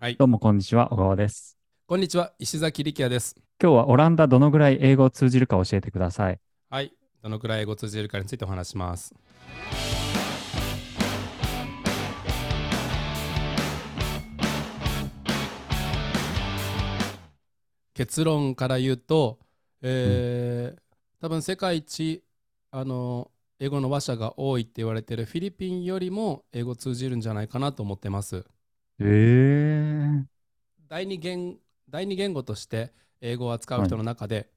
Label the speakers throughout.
Speaker 1: はい。
Speaker 2: どうもこんにちは、小川です。
Speaker 1: こんにちは、石崎力也です。
Speaker 2: 今日はオランダどのぐらい英語を通じるか教えてください。
Speaker 1: はい。どのくらい英語を通じるかについてお話しします。結論から言うと、えー多分世界一あの英語の話者が多いって言われてるフィリピンよりも英語通じるんじゃないかなと思ってます。
Speaker 2: えー、
Speaker 1: 第二言第二言語として英語を扱う人の中で、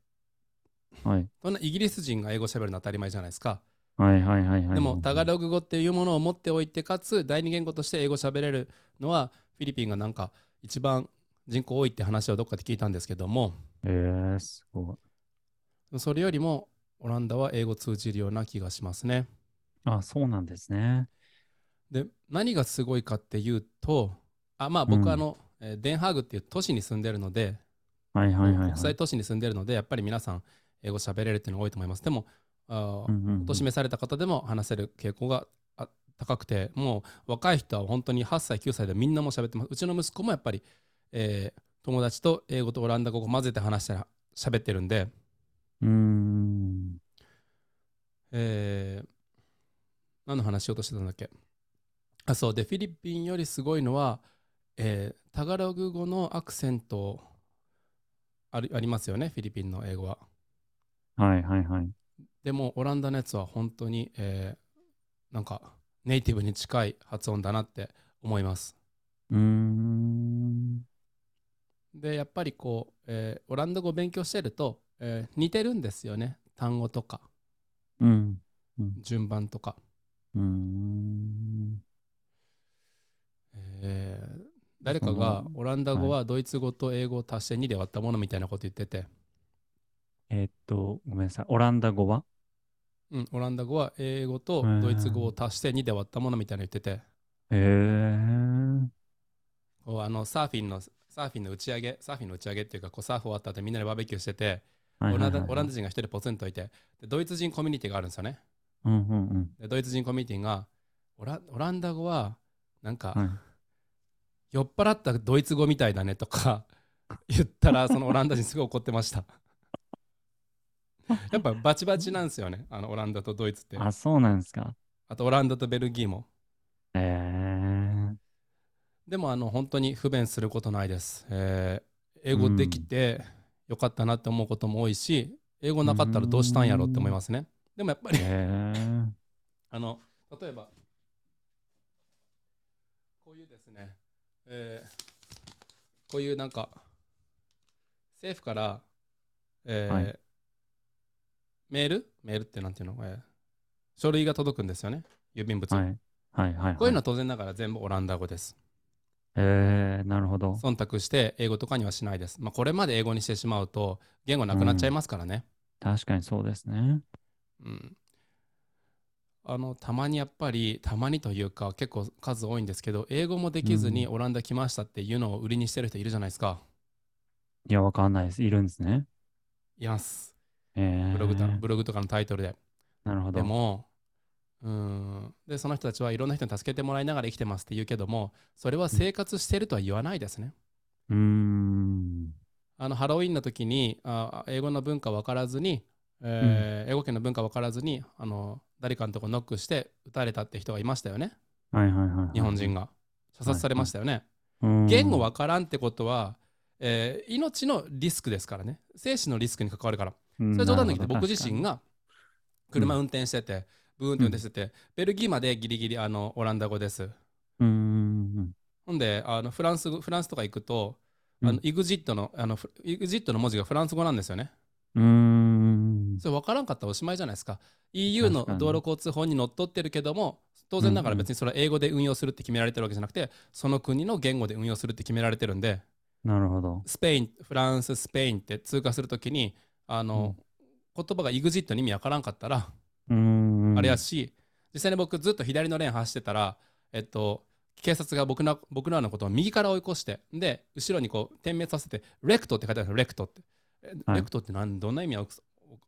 Speaker 2: はい。
Speaker 1: そんなイギリス人が英語喋るのは当たり前じゃないですか。
Speaker 2: はいはいはいはい。
Speaker 1: でも、タガログ語っていうものを持っておいて、かつ第二言語として英語喋れるのは、フィリピンがなんか一番人口多いって話をどっかで聞いたんですけども、
Speaker 2: えー、すごい。
Speaker 1: それよりもオランダは英語通じるような気がしますね。
Speaker 2: あ、そうなんですね。
Speaker 1: で、何がすごいかっていうと、あまあ
Speaker 2: う
Speaker 1: 僕
Speaker 2: ん
Speaker 1: あの、えーデンハーグっていう都市に住んでるので、
Speaker 2: はいはいはい、
Speaker 1: 国
Speaker 2: はい
Speaker 1: 際。都市に住んでるので、やっぱり皆さん英語喋れるっていうのが多いと思います。でも、あー
Speaker 2: うんうんう
Speaker 1: お
Speaker 2: ん
Speaker 1: 年めされた方でも話せる傾向があ高くてもう若い人は本当に8歳9歳でみんなもう喋ってますうちの息子もやっぱり、えー友達と英語とオランダ語を混ぜて話したら喋ってるんで、
Speaker 2: うーん。
Speaker 1: えー何の話しようとしてたんだっけあそうでフィリピンよりすごいのは、えータガログ語のアクセントあるありますよねフィリピンの英語は
Speaker 2: はいはいはい。
Speaker 1: でもオランダのやつは本当に、えーなんかネイティブに近い発音だなって思います。
Speaker 2: うーん。
Speaker 1: でやっぱりこう、えーオランダ語を勉強してると、えー似てるんですよね単語とか
Speaker 2: うん。
Speaker 1: 順番とか、
Speaker 2: うーん。
Speaker 1: えー誰かが
Speaker 2: うん
Speaker 1: オランダ語はドイツ語と英語を足して2で割ったものみたいなこと言ってて、
Speaker 2: えーっと、ごめんなさい。オランダ語は
Speaker 1: うん、オランダ語は英語とドイツ語を足して2で割ったものみたいなの言ってて
Speaker 2: えー。
Speaker 1: こうあのサーフィンのサーフィンの打ち上げサーフィンの打ち上げっていうかこうサーフ終わった後みんなでバーベキューしてて
Speaker 2: はい
Speaker 1: オ
Speaker 2: は
Speaker 1: ラ
Speaker 2: い
Speaker 1: ン
Speaker 2: はい
Speaker 1: ダ
Speaker 2: はい
Speaker 1: オランダ人が一人ポツンといてでドイツ人コミュニティがあるんですよね
Speaker 2: うんうんうん。
Speaker 1: でドイツ人コミュニティがオラオランダ語はなんか、
Speaker 2: はい
Speaker 1: 酔っ払ったドイツ語みたいだねとか 言ったらそのオランダ人すごい怒ってま したやっぱバチバチなんですよねあのオランダとドイツって
Speaker 2: あ、そうなんですか。
Speaker 1: あとオランダとベルギーも
Speaker 2: えー。
Speaker 1: でもあの本当に不便することないです、えー英語できてよかったなって思うことも多いし英語なかったらどうしたんやろって思いますねでもやっぱり
Speaker 2: えー。
Speaker 1: あの例えばこういうですね、えーこういうなんか政府から、えー
Speaker 2: はい
Speaker 1: メールメールってなんていうの、えー書類が届くんですよね郵便物、
Speaker 2: はい。はいはい、はい。
Speaker 1: こういうのは当然ながら全部オランダ語です
Speaker 2: えー、なるほど。
Speaker 1: 忖度して英語とかにはしないです、まあ、これまで英語にしてしまうと言語なくなっちゃいますからね、
Speaker 2: 確かにそうですね。
Speaker 1: うん、あのたまにやっぱりたまにというか結構数多いんですけど英語もできずにオランダ来ましたっていうのを売りにしてる人いるじゃないですか。
Speaker 2: いや、わかんないです。いるんですね。
Speaker 1: います
Speaker 2: えー、
Speaker 1: ブログとブログとかのタイトルで。
Speaker 2: なるほど。
Speaker 1: でもうんでその人たちはいろんな人に助けてもらいながら生きてますって言うけどもそれは生活してるとは言わないですね。
Speaker 2: うーん。
Speaker 1: あのハロウィンの時にあ英語の文化分からずに、えー英語圏の文化分からずにあの誰かのとこノックして撃たれたって人がいましたよね
Speaker 2: はいはいはいはい。
Speaker 1: 日本人が射殺されましたよね。
Speaker 2: うん。
Speaker 1: 言語わからんってことは、えー命のリスクですからね生死のリスクに関わるから
Speaker 2: うん、
Speaker 1: それは冗談抜きで
Speaker 2: なるほど
Speaker 1: 僕自身。が車運転してて、ブーンって運転してて、ベルギーまでギリギリあのオランダ語です
Speaker 2: 確かにうーん。
Speaker 1: ほんであのフランス語フランスとか行くとあの
Speaker 2: うん
Speaker 1: EXIT のあのフ EXIT の文字がフランス語なんですよね
Speaker 2: うーん。
Speaker 1: それ分からんかったらおしまいじゃないですか EU の
Speaker 2: 確かに
Speaker 1: 道路交通法にのっとってるけども当然ながら別にそれは英語で運用するって決められてるわけじゃなくてその国の言語で運用するって決められてるんで
Speaker 2: なるほど。
Speaker 1: スペイン、フランス、スペインって通過するときに、あの、言葉が EXIT に意味わからんかったら、
Speaker 2: うーん。
Speaker 1: あれやし、実際に僕ずっと左のレーン走ってたら、えっと、警察が僕の僕らのことを右から追い越して、で、後ろにこう、点滅させて、レクトって書いてあるんですよ、レクトって。え
Speaker 2: はい
Speaker 1: レクトってなんどんな意味や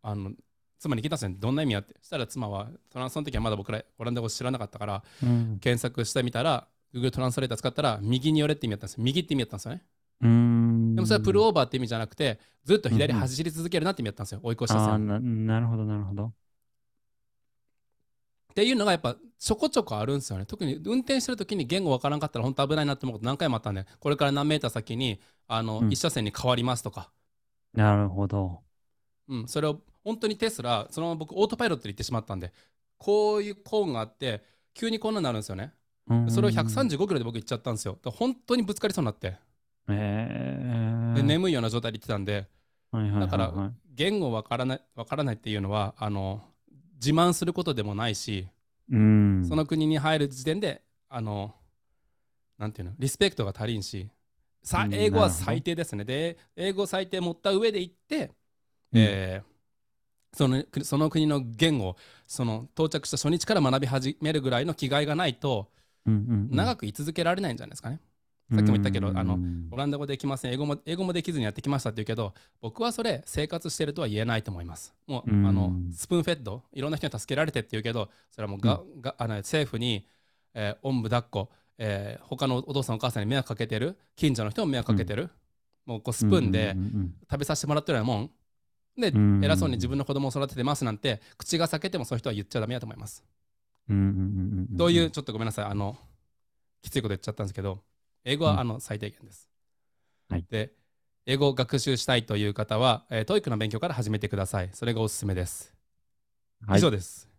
Speaker 1: あの、妻に聞いたんですよ、どんな意味やって。そしたら妻は、そのその時はまだ僕らオランダ語知らなかったから、
Speaker 2: うん。
Speaker 1: 検索してみたら、 Google トランスレーター使ったら、右に寄れって意味だったんですよ。右って意味だったんですよね。
Speaker 2: うーん。
Speaker 1: でもそれはプル
Speaker 2: オー
Speaker 1: オーバーって意味じゃなくて、ずっと左
Speaker 2: うんうん
Speaker 1: 走り続けるなって意味だったんですよ。追い越し車
Speaker 2: ああー、
Speaker 1: 線。
Speaker 2: ななるほど、なるほど。
Speaker 1: っていうのがやっぱちょこちょこあるんですよね。特に運転してる時に言語わからんかったら本当危ないなって思うこと何回もあったんで、これから何メーター先にあの、
Speaker 2: うん
Speaker 1: 一車線に変わりますとか、
Speaker 2: なるほど。
Speaker 1: うん、それを本当にテスラ、そのまま僕オートパイロットで行ってしまったんで、こういうコーンがあって、急にこんなになるんですよね。
Speaker 2: うーん
Speaker 1: それを135キロで僕行っちゃったんですよ。だから本当にぶつかりそうになって、
Speaker 2: えー。
Speaker 1: で眠いような状態で行ってたんで、
Speaker 2: はいはいはいはい、
Speaker 1: だから言語わからないわからないっていうのはあの自慢することでもないし、
Speaker 2: うん。
Speaker 1: その国に入る時点で、あの、なんていうの、リスペクトが足りんし、さ
Speaker 2: うん
Speaker 1: 英語
Speaker 2: な
Speaker 1: は
Speaker 2: るほど
Speaker 1: 最低ですね。で、英語最低持った上で行って、
Speaker 2: うん
Speaker 1: えーそのその国の言語、その到着した初日から学び始めるぐらいの気概がないと、
Speaker 2: うんうんうん、
Speaker 1: 長く居続けられないんじゃないですかね。さっきも言ったけどあの
Speaker 2: うん
Speaker 1: オランダ語できません英語も、英語もできずにやってきましたって言うけど、僕はそれ、生活してるとは言えないと思います。もう、
Speaker 2: うん
Speaker 1: あのスプーンフェッド、いろんな人に助けられてって言うけど、それはもうが、があの政府に、えーおんぶ抱っこ、えー他のお父さん、お母さんに迷惑かけてる、近所の人も迷惑かけてる、もうこうスプーンで
Speaker 2: うんうん
Speaker 1: 食べさせてもらってるようなもん。で、
Speaker 2: うん
Speaker 1: 偉そうに自分の子供を育ててますなんて、口が裂けてもそういう人は言っちゃダメだと思います。
Speaker 2: うんうんうんうんうん
Speaker 1: どういう、ちょっとごめんなさい、あの、きついこと言っちゃったんですけど、英語
Speaker 2: うん
Speaker 1: はあの最低限です。
Speaker 2: はい
Speaker 1: で、英語を学習したいという方は、えー、TOEIC の勉強から始めてください。それがおすすめです。
Speaker 2: はい
Speaker 1: 以上です。